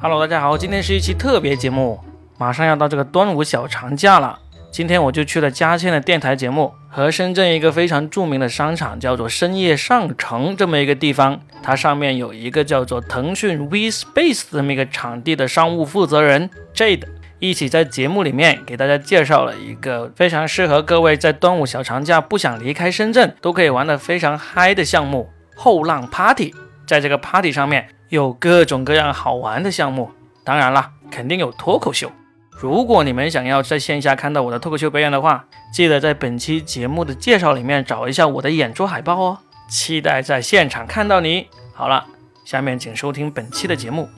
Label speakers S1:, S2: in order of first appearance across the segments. S1: Hello，大家好，今天是一期特别节目，马上要到这个端午小长假了。今天我就去了佳倩的电台节目和深圳一个非常著名的商场，叫做深夜上城这么一个地方，它上面有一个叫做腾讯 V Space 这么一个场地的商务负责人 Jade，一起在节目里面给大家介绍了一个非常适合各位在端午小长假不想离开深圳都可以玩的非常嗨的项目——后浪 Party。在这个 Party 上面有各种各样好玩的项目，当然啦，肯定有脱口秀。如果你们想要在线下看到我的脱口秀表演的话，记得在本期节目的介绍里面找一下我的演出海报哦。期待在现场看到你。好了，下面请收听本期的节目。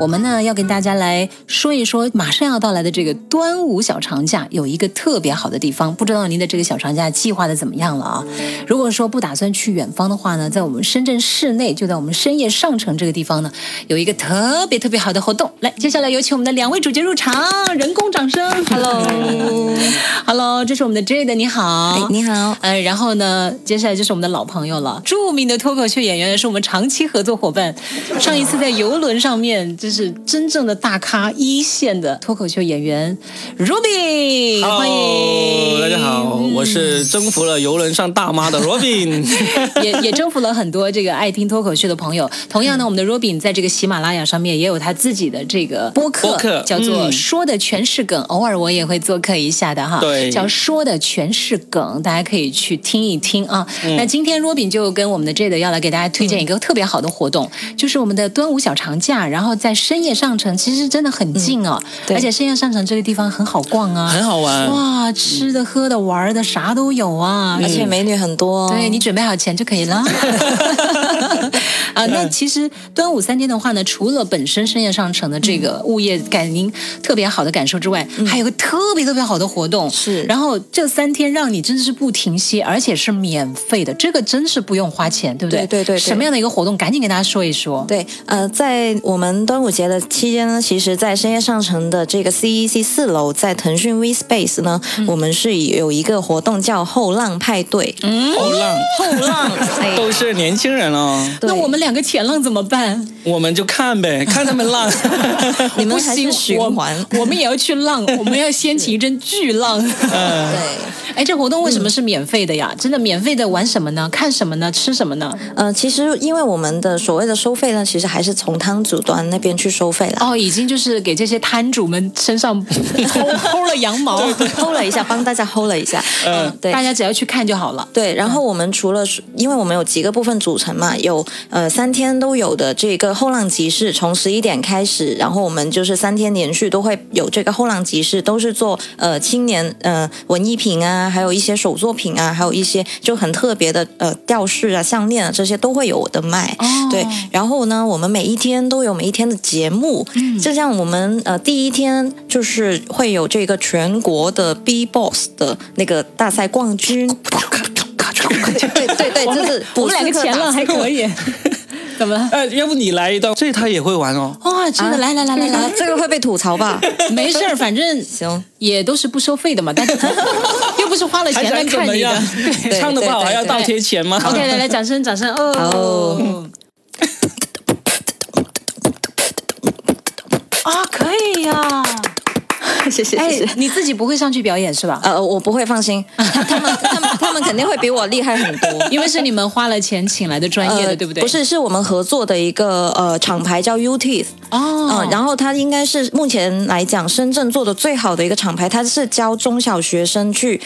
S2: 我们呢要跟大家来说一说，马上要到来的这个端午小长假有一个特别好的地方，不知道您的这个小长假计划的怎么样了啊？如果说不打算去远方的话呢，在我们深圳市内，就在我们深夜上城这个地方呢，有一个特别特别好的活动。来，接下来有请我们的两位主角入场，人工掌声。Hello，Hello，这是我们的 Jade，你好。
S3: 哎，你好，
S2: 呃，然后呢，接下来就是我们的老朋友了，著名的脱口秀演员，也是我们长期合作伙伴。上一次在游轮上面，就是真正的大咖一线的脱口秀演员 Ruby，欢迎。
S4: 大家好，我是征服了游轮上大妈的 Robin。
S2: 也也征服了很多这个爱听脱口秀的朋友。同样呢，我们的 Robin 在这个喜马拉雅上面也有他自己的这个播客，
S4: 播客
S2: 叫做
S4: 嗯
S2: “说的全是梗”，偶尔我也会做客一下的哈。
S4: 对
S2: 叫“说的全是梗”，大家可以去听一听啊。
S4: 嗯
S2: 那今天 Robin 就跟我们的 Jade 要来给大家推荐一个特别好的活动，
S4: 嗯
S2: 就是我们的端午小长假，然后在深夜上城，其实真的很近哦，
S3: 对
S2: 而且深夜上城这个地方很好逛 啊，
S4: 嗯很好玩
S2: 哇，吃的、喝的、玩的啥都有啊，
S4: 嗯
S3: 而且美女很多、哦
S2: 对你，准备好钱就可以 了。啊，那其实端午三天的话呢，除了本身深夜上城的这个物业感您特别好的感受之外，还有个特别特别好的活动。
S3: 嗯是
S2: 然后这三天让你真的是不停歇，而且是免费的，这个真是不用花钱，对不对？
S3: 对对对对
S2: 什么样的一个活动？赶紧给大家说一说。
S3: 对，呃，在我们端午节的期间呢，其实，在深夜上城的这个 CEC 四楼，在腾讯 V Space 呢，
S2: 嗯
S3: 我们是有一个活动叫后浪派对。
S2: 嗯
S3: 哎
S4: 后浪，后 浪，都是年轻人哦。
S3: 对
S2: 那我们两个前浪怎么办？
S4: 我们就看呗，看他们浪。
S3: 你们
S2: 不
S3: 还
S2: 行，
S3: 是循
S2: 我
S3: 环。
S2: 我们也要去 浪，我们要掀起一阵巨浪。
S3: 对，
S2: 哎，这活动为什么是免费的呀？真的免费的玩什么呢？看什么呢？吃什么呢？
S3: 呃，其实因为我们的所谓的收费呢，其实还是从汤组端那边去收费啦。
S2: 哦，已经就是给这些摊主们身上薅薅了羊毛，
S3: hold 了一下，帮大家 hold 了一下。嗯，对，
S2: 大家只要去看就好了。
S3: 对，然后我们除了是，因为我们有几个部分组成嘛，有呃三天都有的这个后浪集市，从十一点开始，然后我们就是三天连续都会有这个后浪集市，都是做呃青年呃文艺品啊，还有一些手作品啊，还有一些就很特别的呃吊饰啊、项链啊这些都会有的卖。
S2: 哦
S3: 对，然后呢，我们每一天都有每一天的节目，
S2: 嗯
S3: 就像我们呃第一天就是会有这个全国的 B Box 的那个大赛冠军。
S2: 哦
S3: 对对对，就是
S2: 我
S3: 不
S2: 们两个前浪还可
S3: 以
S2: 以，怎么了？
S4: 哎，要不你来一道，这他也会玩哦。
S2: 哇，真的，来来来来
S3: 啊
S2: 来，，
S3: 这个会被吐 槽吧？
S2: 没事儿，反正
S3: 行，
S2: 也都是不收费的嘛， 大家又不是花了
S4: 还
S2: 钱来
S4: 想怎
S2: 看
S4: 么
S2: 你
S4: 样
S2: 的。？
S3: 对
S4: 唱的不好还要倒贴钱吗？
S2: OK，来来，掌声掌声哦
S3: 哦！
S2: 啊，可以呀！
S3: 谢谢
S2: 哎，你自己不会上去表演是吧？
S3: 呃，我不会放心，他他们他们他们肯定会比我厉害很 多。
S2: 因为是你们花了钱请来的专业的，
S3: 呃，
S2: 对不对？
S3: 不是，是我们合作的一个呃厂牌叫 U Teeth，嗯、
S2: 哦，
S3: 然后它应该是目前来讲深圳做的最好的一个厂牌，它是教中小学生去。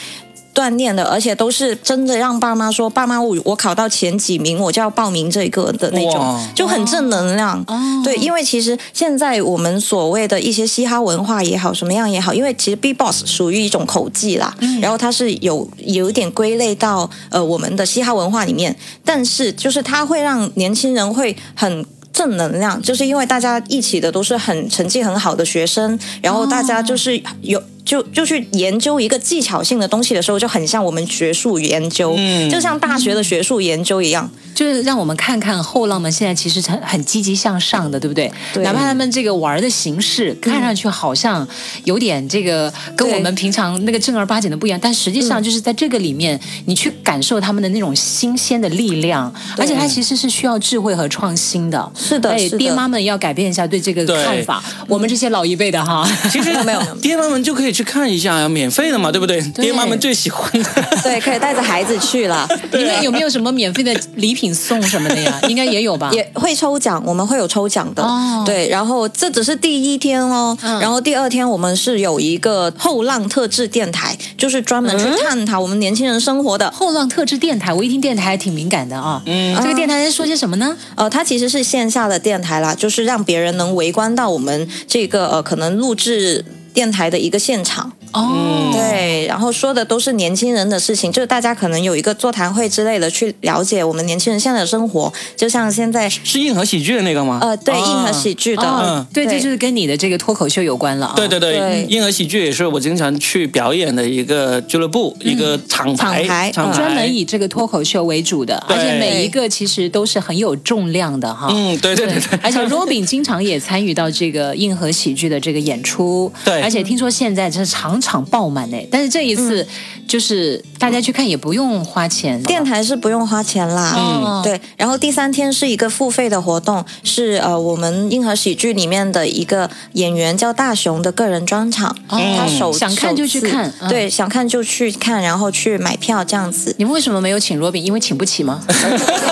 S3: 锻炼的，而且都是真的让爸妈说，爸妈我我考到前几名，我就要报名这个的那种
S4: 哇，
S3: 就很正能量。
S2: 哦
S3: 对，因为其实现在我们所谓的一些嘻哈文化也好，什么样也好，因为其实 B box 属于一种口技啦，然后它是有有一点归类到呃我们的嘻哈文化里面，但是就是它会让年轻人会很。正能量，就是因为大家一起的都是很成绩很好的学生，然后大家就是有、就就去研究一个技巧性的东西的时候，就很像我们学术研究，
S4: 嗯
S3: 就像大学的学术研究一样。
S2: 就是让我们看看后浪们现在其实很很积极向上的，对不对？嗯
S3: 对
S2: 哪怕他们这个玩的形式看上去好像有点这个跟
S3: 对
S2: 我们平常那个正儿八经的不一样，但实际上就是在这个里面，你去感受他们的那种新鲜的力量，而且它其实是需要智慧和创新的。
S3: 是的
S2: 哎
S3: 是的
S2: 爹妈们要改变一下对这个
S4: 对
S2: 看法，我们这些老一辈的哈。
S4: 其实
S3: 没有没嗯有
S4: 爹妈们就可以去看一下，免费的嘛，对不对？爹妈们最喜欢的。
S3: 对，可以带着孩子去啦，
S2: 你们有没有什么免费的礼品送什么的呀？应该也有吧。
S3: 也会抽奖，我们会有抽奖的。
S2: 啊哦
S3: 对，然后这只是第一天哦，
S2: 嗯
S3: 然后第二天我们是有一个后浪特制电台，就是专门去探讨我们年轻人生活的。
S2: 后浪特制电台，我一听电台还挺敏感的啊。嗯，这个电台在说些什么呢？
S3: 呃，它其实是线下的电台啦，就是让别人能围观到我们这个呃可能录制。电台的一个现场，
S4: 嗯
S2: 哦，
S3: 对，然后说的都是年轻人的事情，就是大家可能有一个座谈会之类的，去了解我们年轻人现在的生活，就像现在，
S4: 是硬核喜剧的那个吗？啊
S3: 呃，对，硬核喜剧的，嗯
S2: 哦，对，
S3: 对
S2: 这就是跟你的这个脱口秀有关了啊。
S4: 嗯对对对
S3: 对，
S4: 硬核喜剧也是我经常去表演的一个俱乐部，一个厂牌，
S3: 嗯厂牌嗯
S2: 专门以这个脱口秀为主的，而
S4: 对
S2: 且每一个其实都是很有重量的哈。
S4: 嗯，对对对 对，
S2: 而且 Robin 经常也参与到这个硬核喜剧的这个演出，
S4: 对
S2: 而且听说现在这场场爆满哎，但是这一次就是大家去看也不用花钱，
S3: 嗯电台是不用花钱啦，
S2: 嗯
S3: 对。然后第三天是一个付费的活动，是呃我们硬核喜剧里面的一个演员叫大雄的个人专场，
S2: 嗯
S3: 他首
S2: 想看就去看
S3: 首次
S2: 嗯
S3: 对，想看就去看，然后去买票这样子。
S2: 你们为什么没有请 Robin？因为请不起吗？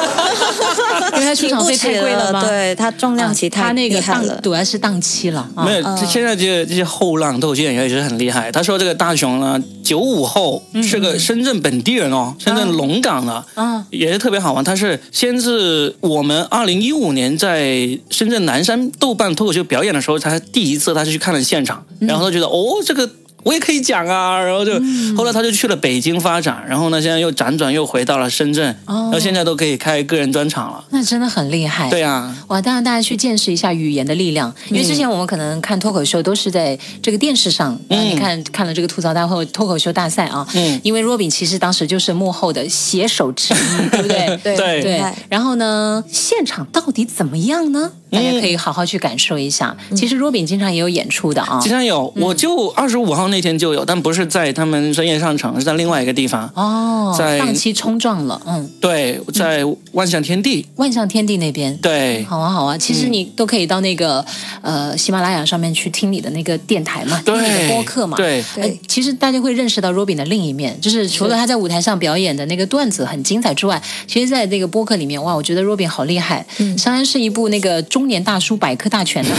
S2: 因为他出场费太贵 了吗？
S3: 对他重量级
S2: 啊他
S3: 太
S2: 那
S3: 厉
S2: 个
S3: 害
S2: 档
S3: 了。
S2: 主要是档期了啊
S4: 没。有，这现在这些这些后浪脱口秀演员也是很厉害。他说这个大雄呢，九五后
S2: 嗯
S4: 是个深圳本地人哦，深圳龙岗的，
S2: 啊
S4: 也是特别好玩。他是先是我们二零一五年在深圳南山豆瓣脱口秀表演的时候，他第一次他是去看了现场，
S2: 嗯
S4: 然后他觉得哦这个。我也可以讲啊，然后就、
S2: 嗯
S4: 后来他就去了北京发展，然后呢，现在又辗转又回到了深圳，
S2: 哦
S4: 然后现在都可以开个人专场了。
S2: 那真的很厉害。
S4: 对啊，嗯
S2: 哇，当然大家去见识一下语言的力量，因为之前我们可能看脱口秀都是在这个电视上，嗯、你看看了这个吐槽大会、脱口秀大赛啊，
S4: 嗯
S2: 因为若饼其实当时就是幕后的携手 之一，对不对？
S4: 对
S3: 对
S2: 对
S3: 厉害，
S2: 然后呢，现场到底怎么样呢？
S4: 嗯
S2: 大家可以好好去感受一下。其实若饼经常也有演出的啊
S4: 经，常有，我就二十五号那天就有，但不是在他们深夜上城，是在另外一个地方。
S2: 哦，
S4: 在
S2: 档期冲撞了，嗯，
S4: 对，在万象天地。
S2: 万象天地那边。
S4: 对，
S2: 好啊，好啊，其实你都可以到那个、呃喜马拉雅上面去听你的那个电台嘛，听
S4: 对
S2: 你的播客嘛。
S4: 对
S2: 呃
S3: 对
S2: 其实大家会认识到 Robin 的另一面，就是除了他在舞台上表演的那个段子很精彩之外，其实，在那个播客里面，哇，我觉得 Robin 好厉害，相当于是一部那个中年大叔百科大全呢。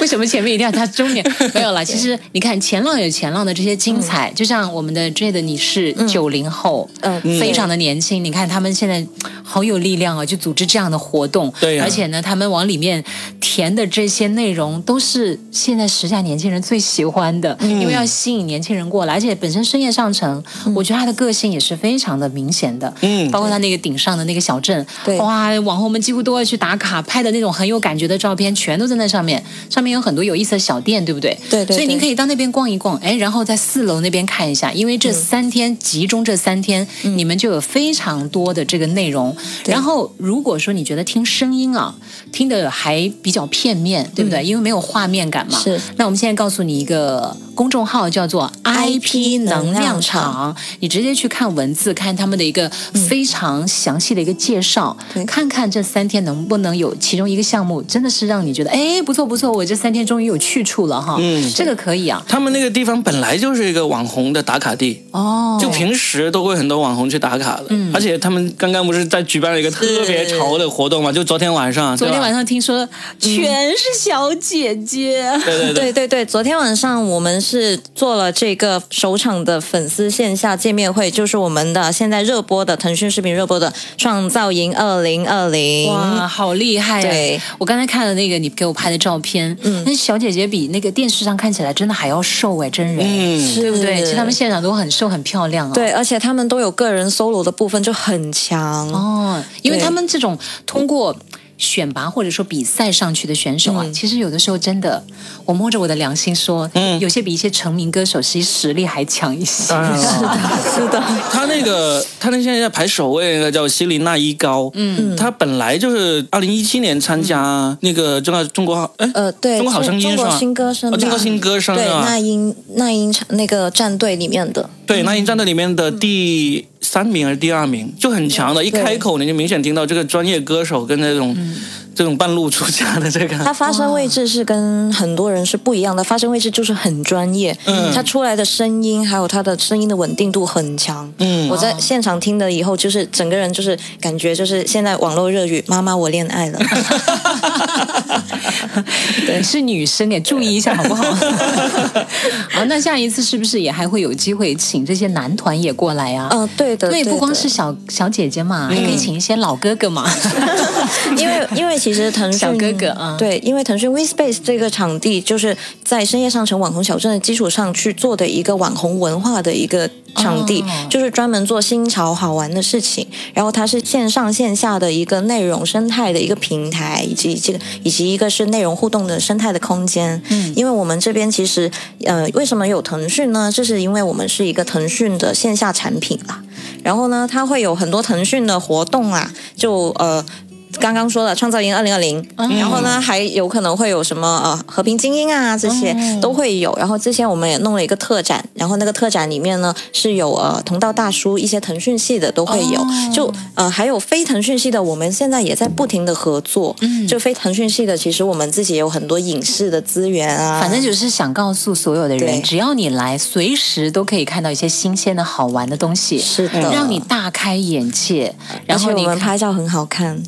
S2: 为什么前面一定要加中年？没有啦，其实你看前浪有前浪的这些精彩，就像我们的 Jade，你是九零后，
S3: 嗯
S2: 非常的年轻。你看他们现在好有力量啊，就组织这样的活动，
S4: 对呀
S2: 而且呢，他们往里面填的这些内容都是现在时下年轻人最喜欢的，
S3: 嗯
S2: 因为要吸引年轻人过来，而且本身深夜上城，我觉得他的个性也是非常的明显的，
S4: 嗯
S2: 包括他那个顶上的那个小镇，
S3: 对
S2: 哇，网红们几乎都要去打卡，拍的那种很有感觉的照片，全都在那上面。上面有很多有意思的小店，对不对？
S3: 对对
S2: 所以
S3: 对
S2: 您可以到那边逛一逛，哎，然后在四楼那边看一下，因为
S3: 嗯
S2: 这三天、集中这三天，你们就有非常多的这个内容。
S3: 对
S2: 然后如果说你觉得听声音啊，听的还比较片面，对不对？因为没有画面感嘛。
S3: 嗯是。
S2: 那我们现在告诉你一个公众号，叫做 IP 能量场。啊，你直接去看文字，看他们的一个非常详细的一个介绍，
S3: 对
S2: 看看这三天能不能有其中一个项目，真的是让你觉得，哎，不错不错，我这三天终于有去处了哈，
S4: 嗯
S2: 这个可以啊，
S4: 他们那个地方本来就是一个网红的打卡地，
S2: 哦，嗯
S4: 就平时都会很多网红去打卡的。而且他们刚刚不是在举办了一个特别潮的活动嘛？就昨天晚上，
S2: 昨天晚
S4: 上，
S2: 上听说全是小姐姐，
S4: 对对对
S3: 对对对，昨天晚上我们是做了这个首场的粉丝线下见面会，就是我们的现在热播的腾讯视频热播的《创造营二零二零》。
S2: 哇，好厉害、啊！
S3: 对，
S2: 我刚才看了那个你给我拍的照片，嗯，那小姐姐比那个电视上看起来真的还要瘦哎，真人，
S4: 嗯，
S2: 对不对？
S3: 是
S2: 其实她们现场都很瘦，很漂亮啊、哦。
S3: 对，而且他们都有个人 solo 的部分，就很强。
S2: 哦，因为
S3: 对
S2: 他们这种通过。选拔或者说比赛上去的选手
S3: 嗯
S2: 啊，其实有的时候真的，我摸着我的良心说，
S3: 嗯
S2: 有些比一些成名歌手其实实力还强一些。
S1: 当 然了
S3: 是的，
S4: 他那个，他那现在排首位那个叫希林娜依高，嗯，他本来就是二零一七年参
S2: 嗯
S4: 加那个中国中国好，哎，
S3: 呃，对，
S4: 中国好声音
S3: 中
S4: 是
S3: 国
S4: 吧
S3: 新歌声
S4: 哦
S3: 吧，
S4: 中国新歌声
S3: 对，那
S4: 啊，
S3: 英那英场那个战队里面的，
S4: 对，
S2: 嗯
S4: 那英站队里面的第三名还是第二名，就很强的，一
S3: 对
S4: 开口你就明显听到这个专业歌手跟那种
S2: 嗯
S4: 这种半路出家的这
S3: 他
S4: 个，
S3: 发声位置是跟很多人是不一样的，发声位置就是很专业，
S4: 嗯
S3: 他出来的声音还有他的声音的稳定度很强。
S4: 嗯
S3: 我在现场听了以后，就是整个人就是感觉就是现在网络热语，妈妈我恋爱 了，
S2: 你是女生也注意一下好不 好？好，那下一次是不是也还会有机会请这些男团也过来啊？
S3: 嗯、对的，
S2: 对，
S3: 对
S2: 不光
S3: 的
S2: 是小小姐姐嘛，还可以请一些老哥哥嘛。
S3: 因为因为其实腾讯
S2: 小哥哥啊
S3: 对，因为腾讯 WeSpace 这个场地就是在深夜上城网红小镇的基础上去做的一个网红文化的一个场地，
S2: 哦
S3: 就是专门做新潮好玩的事情。然后它是线上线下的一个内容生态的一个平台，以及这个以及一个是内容互动的生态的空间。嗯，因为我们这边其实呃，为什么有腾讯呢？这是因为我们是一个腾讯的线下产品啦。然后呢，它会有很多腾讯的活动啦，就呃。刚刚说了创造营二零二零，
S2: 哦
S3: 然后呢还有可能会有什么呃和平精英啊这些
S2: 哦
S3: 都会有。然后之前我们也弄了一个特展，然后那个特展里面呢是有呃同道大叔一些腾讯系的都会有，
S2: 哦
S3: 就呃还有非腾讯系的，我们现在也在不停的合作。
S2: 嗯
S3: 就非腾讯系的，其实我们自己也有很多影视的资源啊，
S2: 反正就是想告诉所有的人，
S3: 对
S2: 只要你来，随时都可以看到一些新鲜的好玩的东西，
S3: 是的，
S2: 让你大开眼界。然
S3: 而且
S2: 后
S3: 我
S2: 你
S3: 们
S2: 看，
S3: 拍照很好看。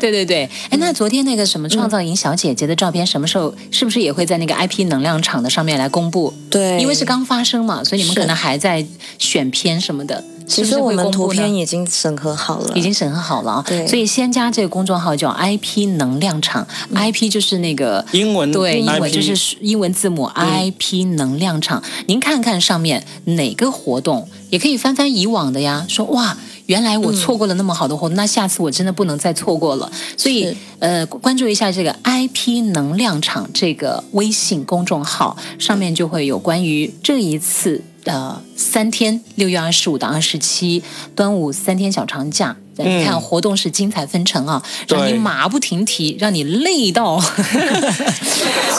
S2: 对对对。哎，那昨天那个什么创造营小姐姐的照片，什么时候是不是也会在那个 IP 能量场的上面来公布？
S3: 对，
S2: 因为是刚发生嘛，所以你们
S3: 是
S2: 可能还在选片什么的。
S3: 其
S2: 是
S3: 实
S2: 不是
S3: 我
S2: 会
S3: 们
S2: 公
S3: 图
S2: 布呢
S3: 片已经审核好了，
S2: 已经审核好了啊，
S3: 对
S2: 所以先加这个公众号叫 IP 能量场、i
S3: 嗯
S2: p 就是那个
S4: 英文
S2: 对英文
S4: IP
S2: 就是英文字母 IP 能量场。您看看上面哪个活动，也可以翻翻以往的呀，说哇。原来
S4: 嗯
S2: 我错过了那么好的活动，那下次我真的不能再错过了。所以
S3: 是，
S2: 呃，关注一下这个 IP 能量场这个微信公众号，上面就会有关于这一次呃三天，六月二十五到二十七端午三天小长假。呃你看活动是精彩纷呈啊，让
S4: 嗯
S2: 你
S4: 对
S2: 马不停蹄，让你累到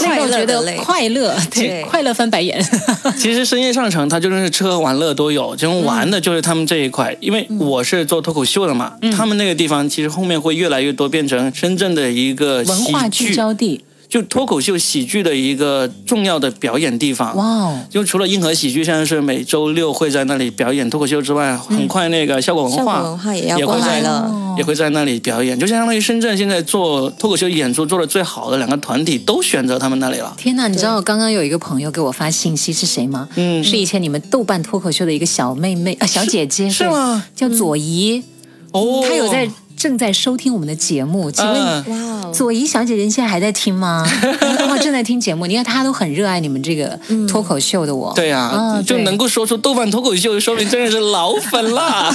S2: 累到觉
S3: 快乐的
S2: 得
S3: 累
S2: 快 乐，对，
S3: 对
S2: 快乐翻白 眼。
S4: 其实深夜上城，它就真是吃喝玩乐都有，这种玩的就是他们这一块。因
S2: 嗯
S4: 为我是做脱口秀的嘛，他们那个地方其实后面会越来越多变成深圳的一个
S2: 文
S4: 喜
S2: 化聚
S4: 剧，
S2: 焦地，
S4: 就脱口秀喜剧的一个重要的表演地方。
S2: 哇哦，
S4: 就除了硬核喜剧，现在是每周六会在那里表演脱口秀之外，很快那个效果文
S3: 嗯效果
S4: 化
S3: 文化也要
S4: 也
S3: 过
S4: 会
S3: 来
S4: 在
S3: 了。
S2: 哦
S4: 也会在那里表演，就相当于深圳现在做脱口秀演出做的最好的两个团体都选择他们那里了。
S2: 天哪！你知道刚刚有一个朋友给我发信息是谁吗？
S4: 嗯
S2: 是以前你们豆瓣脱口秀的一个小妹妹啊，小姐姐
S4: 是
S2: 对
S4: 吗？
S2: 叫左怡，
S4: 哦，
S2: 她有在正在收听我们的节目，请问
S4: 嗯
S3: 哇哦，
S2: 左怡小姐姐，你现在还在听 吗？哇，正在听节目，你看她都很热爱你们这个脱口秀的我。
S4: 对呀、
S2: 啊
S3: 哦
S4: 就
S2: 嗯对
S4: 能够说出豆瓣脱口秀，说明真的是老粉 啦。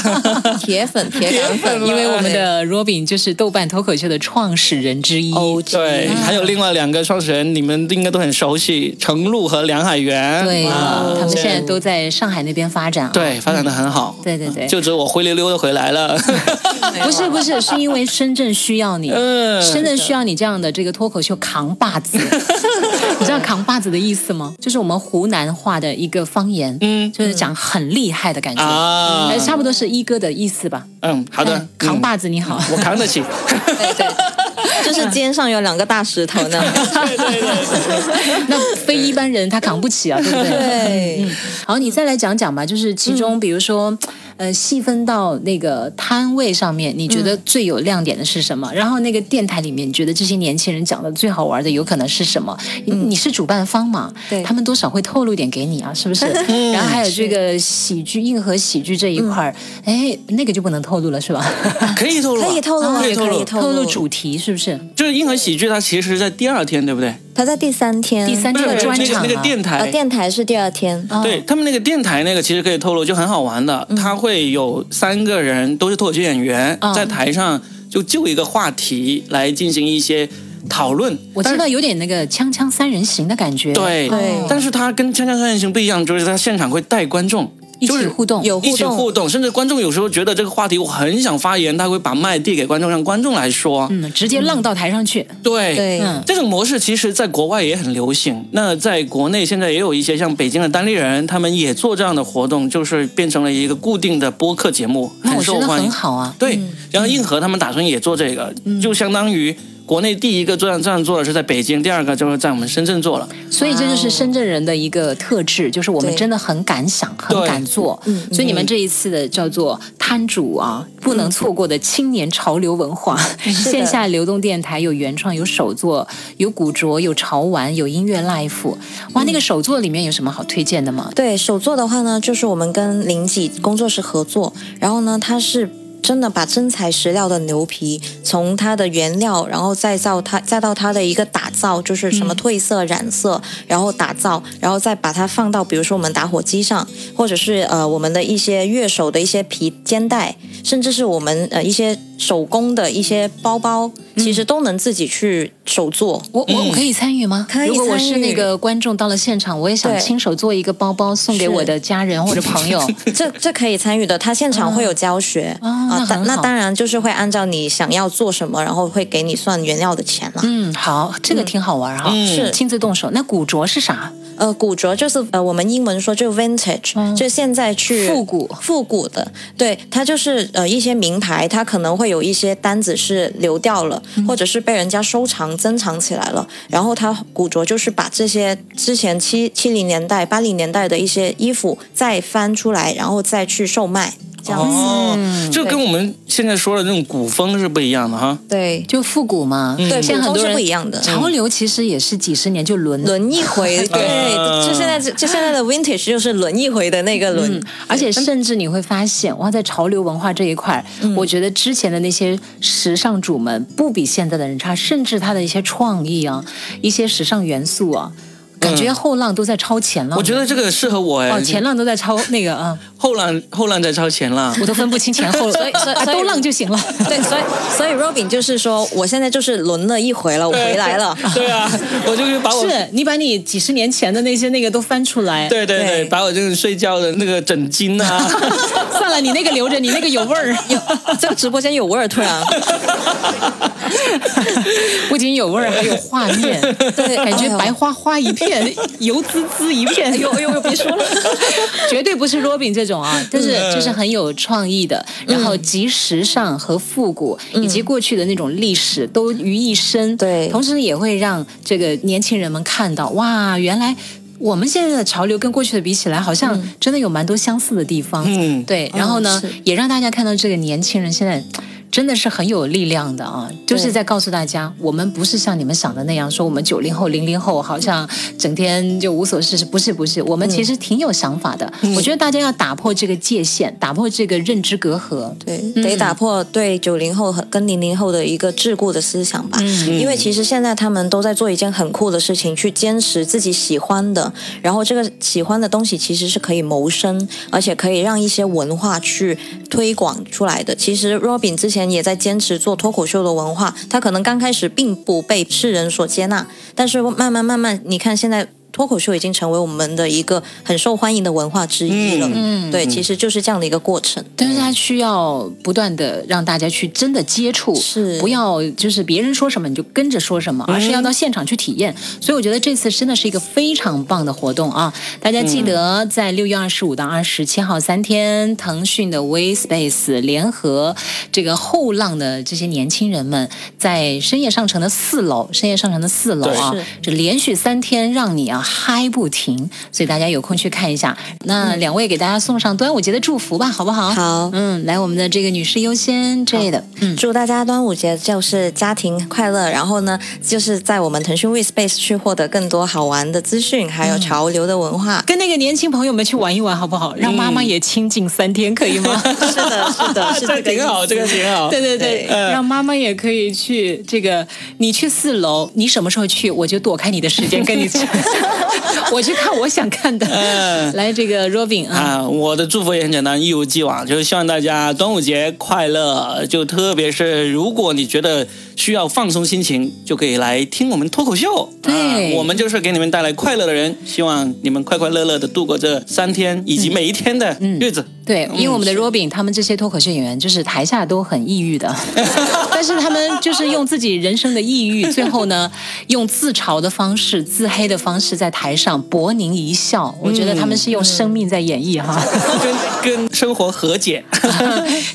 S3: 铁粉铁杆粉，
S2: 因为我们
S4: 哎
S2: 的 Robin 就是豆瓣脱口秀的创始人之一。
S3: 哦
S4: 对，还有另外两个创始人，你们应该都很熟悉，程璐和梁海源。
S2: 对，
S4: 啊
S2: 他们现在
S4: 对
S2: 都在上海那边发展、啊。
S4: 对发展的很好。
S2: 对对对
S4: 就只有我灰溜溜的回来了。
S2: 不是不是，是因为深圳需要你，
S4: 嗯
S2: 深圳需要你这样的这个脱口秀扛把 子。你知道扛把子的意思吗？就是我们湖南话的一个方言，
S4: 嗯
S2: 就是讲很厉害的感觉，
S4: 啊
S2: 哎，，差不多是一哥的意思吧。
S4: 嗯，好的
S2: 嗯，扛把
S4: 子，
S2: 子你好，
S4: 我扛得 起。
S3: 就是肩上有两个大石头呢。
S4: 嗯
S2: 那非一般人他扛不起啊，对不 对？
S3: 对，
S2: 好，
S3: 嗯
S2: 你再来讲讲吧，就是其中比如说，呃，细分到那个摊位上面，你觉得
S3: 嗯
S2: 最有亮点的是什么？然后那个电台里面，你觉得这些年轻人讲的最好玩的有可能是什么？你你是主办方嘛？
S3: 嗯对嗯
S2: 他们多少会透露点给你啊，是不是？然后还有这个喜剧硬核喜剧这一块儿，哎，那个就不能透露了 是吧？
S4: 可以透露啊，
S3: 可以透露啊，
S4: 可
S3: 也
S4: 以透
S3: 可以
S4: 露。
S3: 透
S2: 透露主题是不是？
S4: 就是硬核喜剧，它其实是在第二天，对不对？
S3: 他在第三天，
S2: 第三
S4: 不
S2: 这
S4: 是
S2: 个专场啊
S4: 那个电台，
S3: 呃电台是第二天，
S2: 哦
S4: 对他们那个电台那个其实可以透露，就很好玩的，他会有三个人都是脱口秀演员
S2: 嗯
S4: 在台上。就就一个话题来进行一些讨论。
S2: 我
S4: 但
S2: 知
S4: 是
S2: 道有点那个锵锵三人行的感觉，哦
S4: 对
S3: 对
S4: 但是他跟《锵锵三人行》不一样，就是他现场会带观众，
S2: 一
S4: 就
S2: 起
S4: 是
S2: 互动，
S3: 有
S4: 一
S3: 互
S4: 起
S3: 动
S4: 互动，甚至观众有时候觉得这个话题我很想发言，他会把麦递给观众，让观众来说。
S2: 嗯，直接浪到台上去，
S4: 对
S3: 对
S2: 嗯
S4: 这种模式其实在国外也很流行。那在国内现在也有一些像北京的单立人，他们也做这样的活动，就是变成了一个固定的播客节目，
S2: 那
S4: 很
S2: 我觉
S4: 受
S2: 得
S4: 欢
S2: 很
S4: 迎。
S2: 好嗯啊。
S4: 对，然后硬核他们打算也做这个，就相当于国内第一个这样这样做的是在北京，第二个就是在我们深圳做了。
S2: 所以这就是深圳人的一个特质，就是我们
S3: 哦对
S2: 真的很敢想，很
S4: 对
S2: 敢做。
S3: 嗯
S2: 所以你们这一次的叫做摊主啊，不能错过的青年潮流文化，
S3: 嗯的
S2: 线下流动电台有原创，有手作，有古着，有潮玩，有音乐 life。哇，
S3: 嗯
S2: 那个手作里面有什么好推荐的吗？
S3: 对手作的话呢，就是我们跟林几工作室合作，然后呢，它是。真的把真材实料的牛皮，从它的原料，然后再到它，再到它的一个打造，就是什么褪色、染色，然后打造，然后再把它放到比如说我们打火机上，或者是呃我们的一些乐手的一些皮肩带，甚至是我们呃一些手工的一些包包，其实都能自己去手做。
S2: 我我我可以参与吗？
S3: 嗯可以
S2: 如果我是
S3: 参与
S2: 那个观众到了现场，我也想
S3: 对
S2: 亲手做一个包包送给
S3: 是
S2: 我的家人或者朋 友。
S3: 这这可以参与的，他现场会有教学
S2: 哦那
S3: 当
S2: 很
S3: 那
S2: 好
S3: 当然就是会按照你想要做什么，然后会给你算原料的钱啦。
S2: 嗯，好，这个挺好玩哈、
S4: 嗯
S3: 是
S2: 亲自动手。那古着是啥？
S3: 呃，古着就是呃，我们英文说就 vintage，、
S2: 嗯
S3: 就现在去
S2: 复古
S3: 复古的，对，它就是呃一些名牌，它可能会有一些单子是流掉了，
S2: 嗯
S3: 或者是被人家收藏珍藏起来了，然后它古着就是把这些之前七七零年代、八零年代的一些衣服再翻出来，然后再去售卖，
S2: 嗯
S3: 这样子。
S4: 哦，这跟我们现在说的那种古风是不一样的
S2: 嗯
S4: 哈。
S3: 对，
S2: 就复古嘛，
S3: 对，
S2: 现在很
S3: 古风
S2: 多
S3: 是
S2: 人
S3: 不一样的。
S2: 潮流其实也是几十年就轮。
S3: 轮一回， 对，
S4: 啊
S3: 就现在就现在的 vintage 就是轮一回的那个轮，
S2: 嗯，而且甚至你会发现，哇，在潮流文化这一块儿，
S3: 嗯
S2: 我觉得之前的那些时尚主们不比现在的人差，甚至他的一些创意啊，一些时尚元素啊，感觉后浪都在超前浪。
S4: 我觉得这个适合我哎，
S2: 哦，前浪都在超那个啊，
S4: 后浪后浪在超前浪。
S2: 我都分不清前后 了，
S3: 所以所以
S2: 啊
S3: 所以
S2: 都浪就行了。
S3: 对，所以所以 Robin 就是说，我现在就是轮了一回了，我回来 了，
S4: 对啊，我就可以把我
S2: 是你把你几十年前的那些那个都翻出来，
S4: 对对对，
S3: 对
S4: 把我这种睡觉的那个枕巾啊，
S2: 算了，你那个留着，你那个有味儿。
S3: 这个直播间有味儿，突然，
S2: 不仅有味儿，还有画面，
S3: 对
S2: 感觉
S3: 哎呦
S2: 白花花一片，油滋滋一片。哎呦哎呦，别说了， 绝对不是 Robin 这种啊，但是就是很有创意的，然后集时尚和复古、以及过去的那种历史都于一身，
S3: 对
S2: 同时也会让这个年轻人们看到，哇，原来。我们现在的潮流跟过去的比起来，好像真的有蛮多相似的地方。
S4: 嗯
S2: 对。然后呢
S3: 是，
S2: 也让大家看到这个年轻人现在真的是很有力量的啊，就是在告诉大家，我们不是像你们想的那样，说我们九零后、零零后好像整天就无所事事，不是不是，我们
S3: 嗯
S2: 其实挺有想法的。我觉得大家要打破这个界限，打破这个认知隔阂。
S3: 对，得打破对九零后和跟零零后的一个桎梏的思想吧。因为其实现在他们都在做一件很酷的事情，去坚持自己喜欢的，然后这个喜欢的东西其实是可以谋生，而且可以让一些文化去推广出来的。其实 Robin 之前也在坚持做脱口秀的文化，他可能刚开始并不被世人所接纳，但是慢慢慢慢，你看现在。脱口秀已经成为我们的一个很受欢迎的文化之一了，嗯，对，其实就是这样的一个过程。
S2: 但是它需要不断的让大家去真的接触，
S3: 是
S2: 不要就是别人说什么你就跟着说什么，而是要到现场去体验。所以我觉得这次真的是一个非常棒的活动啊！大家记得在六月二十五到二十七号三天，腾讯的 We Space 联合这个后浪的这些年轻人们，在深夜上城的四楼，深夜上城的四楼啊
S3: 对是，
S2: 这连续三天让你啊嗨不停，所以大家有空去看一下。那两位给大家送上端午节的祝福吧，好不好？
S3: 好
S2: 嗯，来我们的这个女士优先之类的，嗯，
S3: 祝大家端午节就是家庭快乐，然后呢，就是在我们腾讯 WeSpace 去获得更多好玩的资讯，还有潮流的文化。
S2: 跟那个年轻朋友们去玩一玩，好不好？让妈妈也清静三天，可以吗？
S3: 是的，是的，是
S4: 啊这
S3: 这个意
S4: 挺好，
S3: 思。
S4: 这个挺好。
S2: 对对对，让妈妈也可以去这个。你去四楼，你什么时候去，我就躲开你的时间，跟你去 我去看我想看的。来，这个 Robin 啊，
S4: 啊，我的祝福也很简单，一如既往，就是希望大家端午节快乐。就特别是如果你觉得需要放松心情，就可以来听我们脱口秀。
S2: 对
S4: 啊，我们就是给你们带来快乐的人，希望你们快快乐乐的度过这三天以及每一天的日子。
S2: 对，因为我们的 Robin 他们这些脱口秀演员，就是台下都很抑郁的，但是他们就是用自己人生的抑郁，最后呢，用自嘲的方式、自黑的方式，在台上博您一笑。我觉得他们是用生命在演绎哈。
S4: 跟跟生活和 解，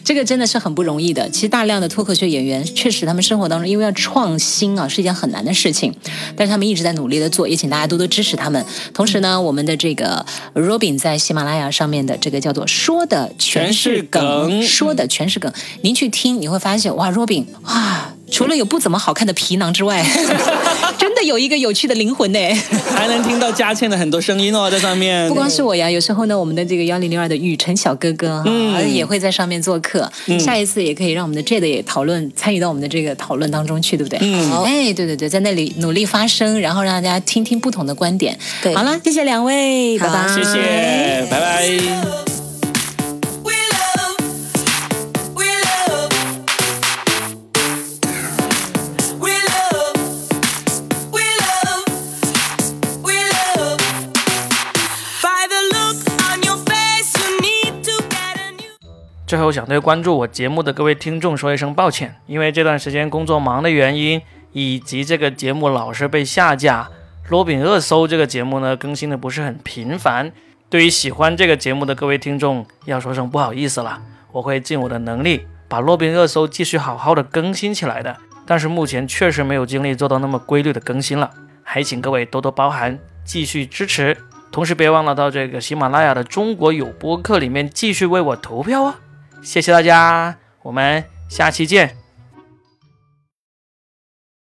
S2: 这个真的是很不容易的。其实大量的脱口秀演员，确实他们生活当中因为要创新啊，是一件很难的事情，但是他们一直在努力的做，也请大家多多支持他们。同时呢，我们的这个 Robin 在喜马拉雅上面的这个叫做“说的全是梗”，
S4: 全是梗
S2: 说的全是梗，您去听你会发现，哇，Robin，哇。除了有不怎么好看的皮囊之外， 真的有一个有趣的灵魂呢。
S4: 还能听到佳倩的很多声音哦，在上面
S2: 不。光是我呀，有时候呢，我们的这个幺零零二的雨辰小哥哥哈、
S4: 嗯
S2: 也会在上面做客。下一次也可以让我们的 J a d e 也讨论参与到我们的这个讨论当中去，对不对？嗯
S3: 好
S2: 哎，对对对，在那里努力发声，然后让大家听听不同的观点。
S3: 对
S2: 好了，谢谢两位，拜
S3: 好
S2: 拜，
S4: 谢谢，拜拜。
S5: We love, we love, we love, we love, we love. By the look on your face, you need to get a new.
S1: 最后，想对关注我节目的各位听众说一声抱歉，因为这段时间工作忙的原因，以及这个节目老是被下架，《罗宾热搜》这个节目呢更新的不是很频繁。对于喜欢这个节目的各位听众，要说声不好意思了，我会尽我的能力把《罗宾热搜》继续好好的更新起来的。但是目前确实没有精力做到那么规律的更新了，还请各位多多包涵，继续支持。同时别忘了到这个喜马拉雅的中国有播客里面继续为我投票啊！谢谢大家，我们下期见。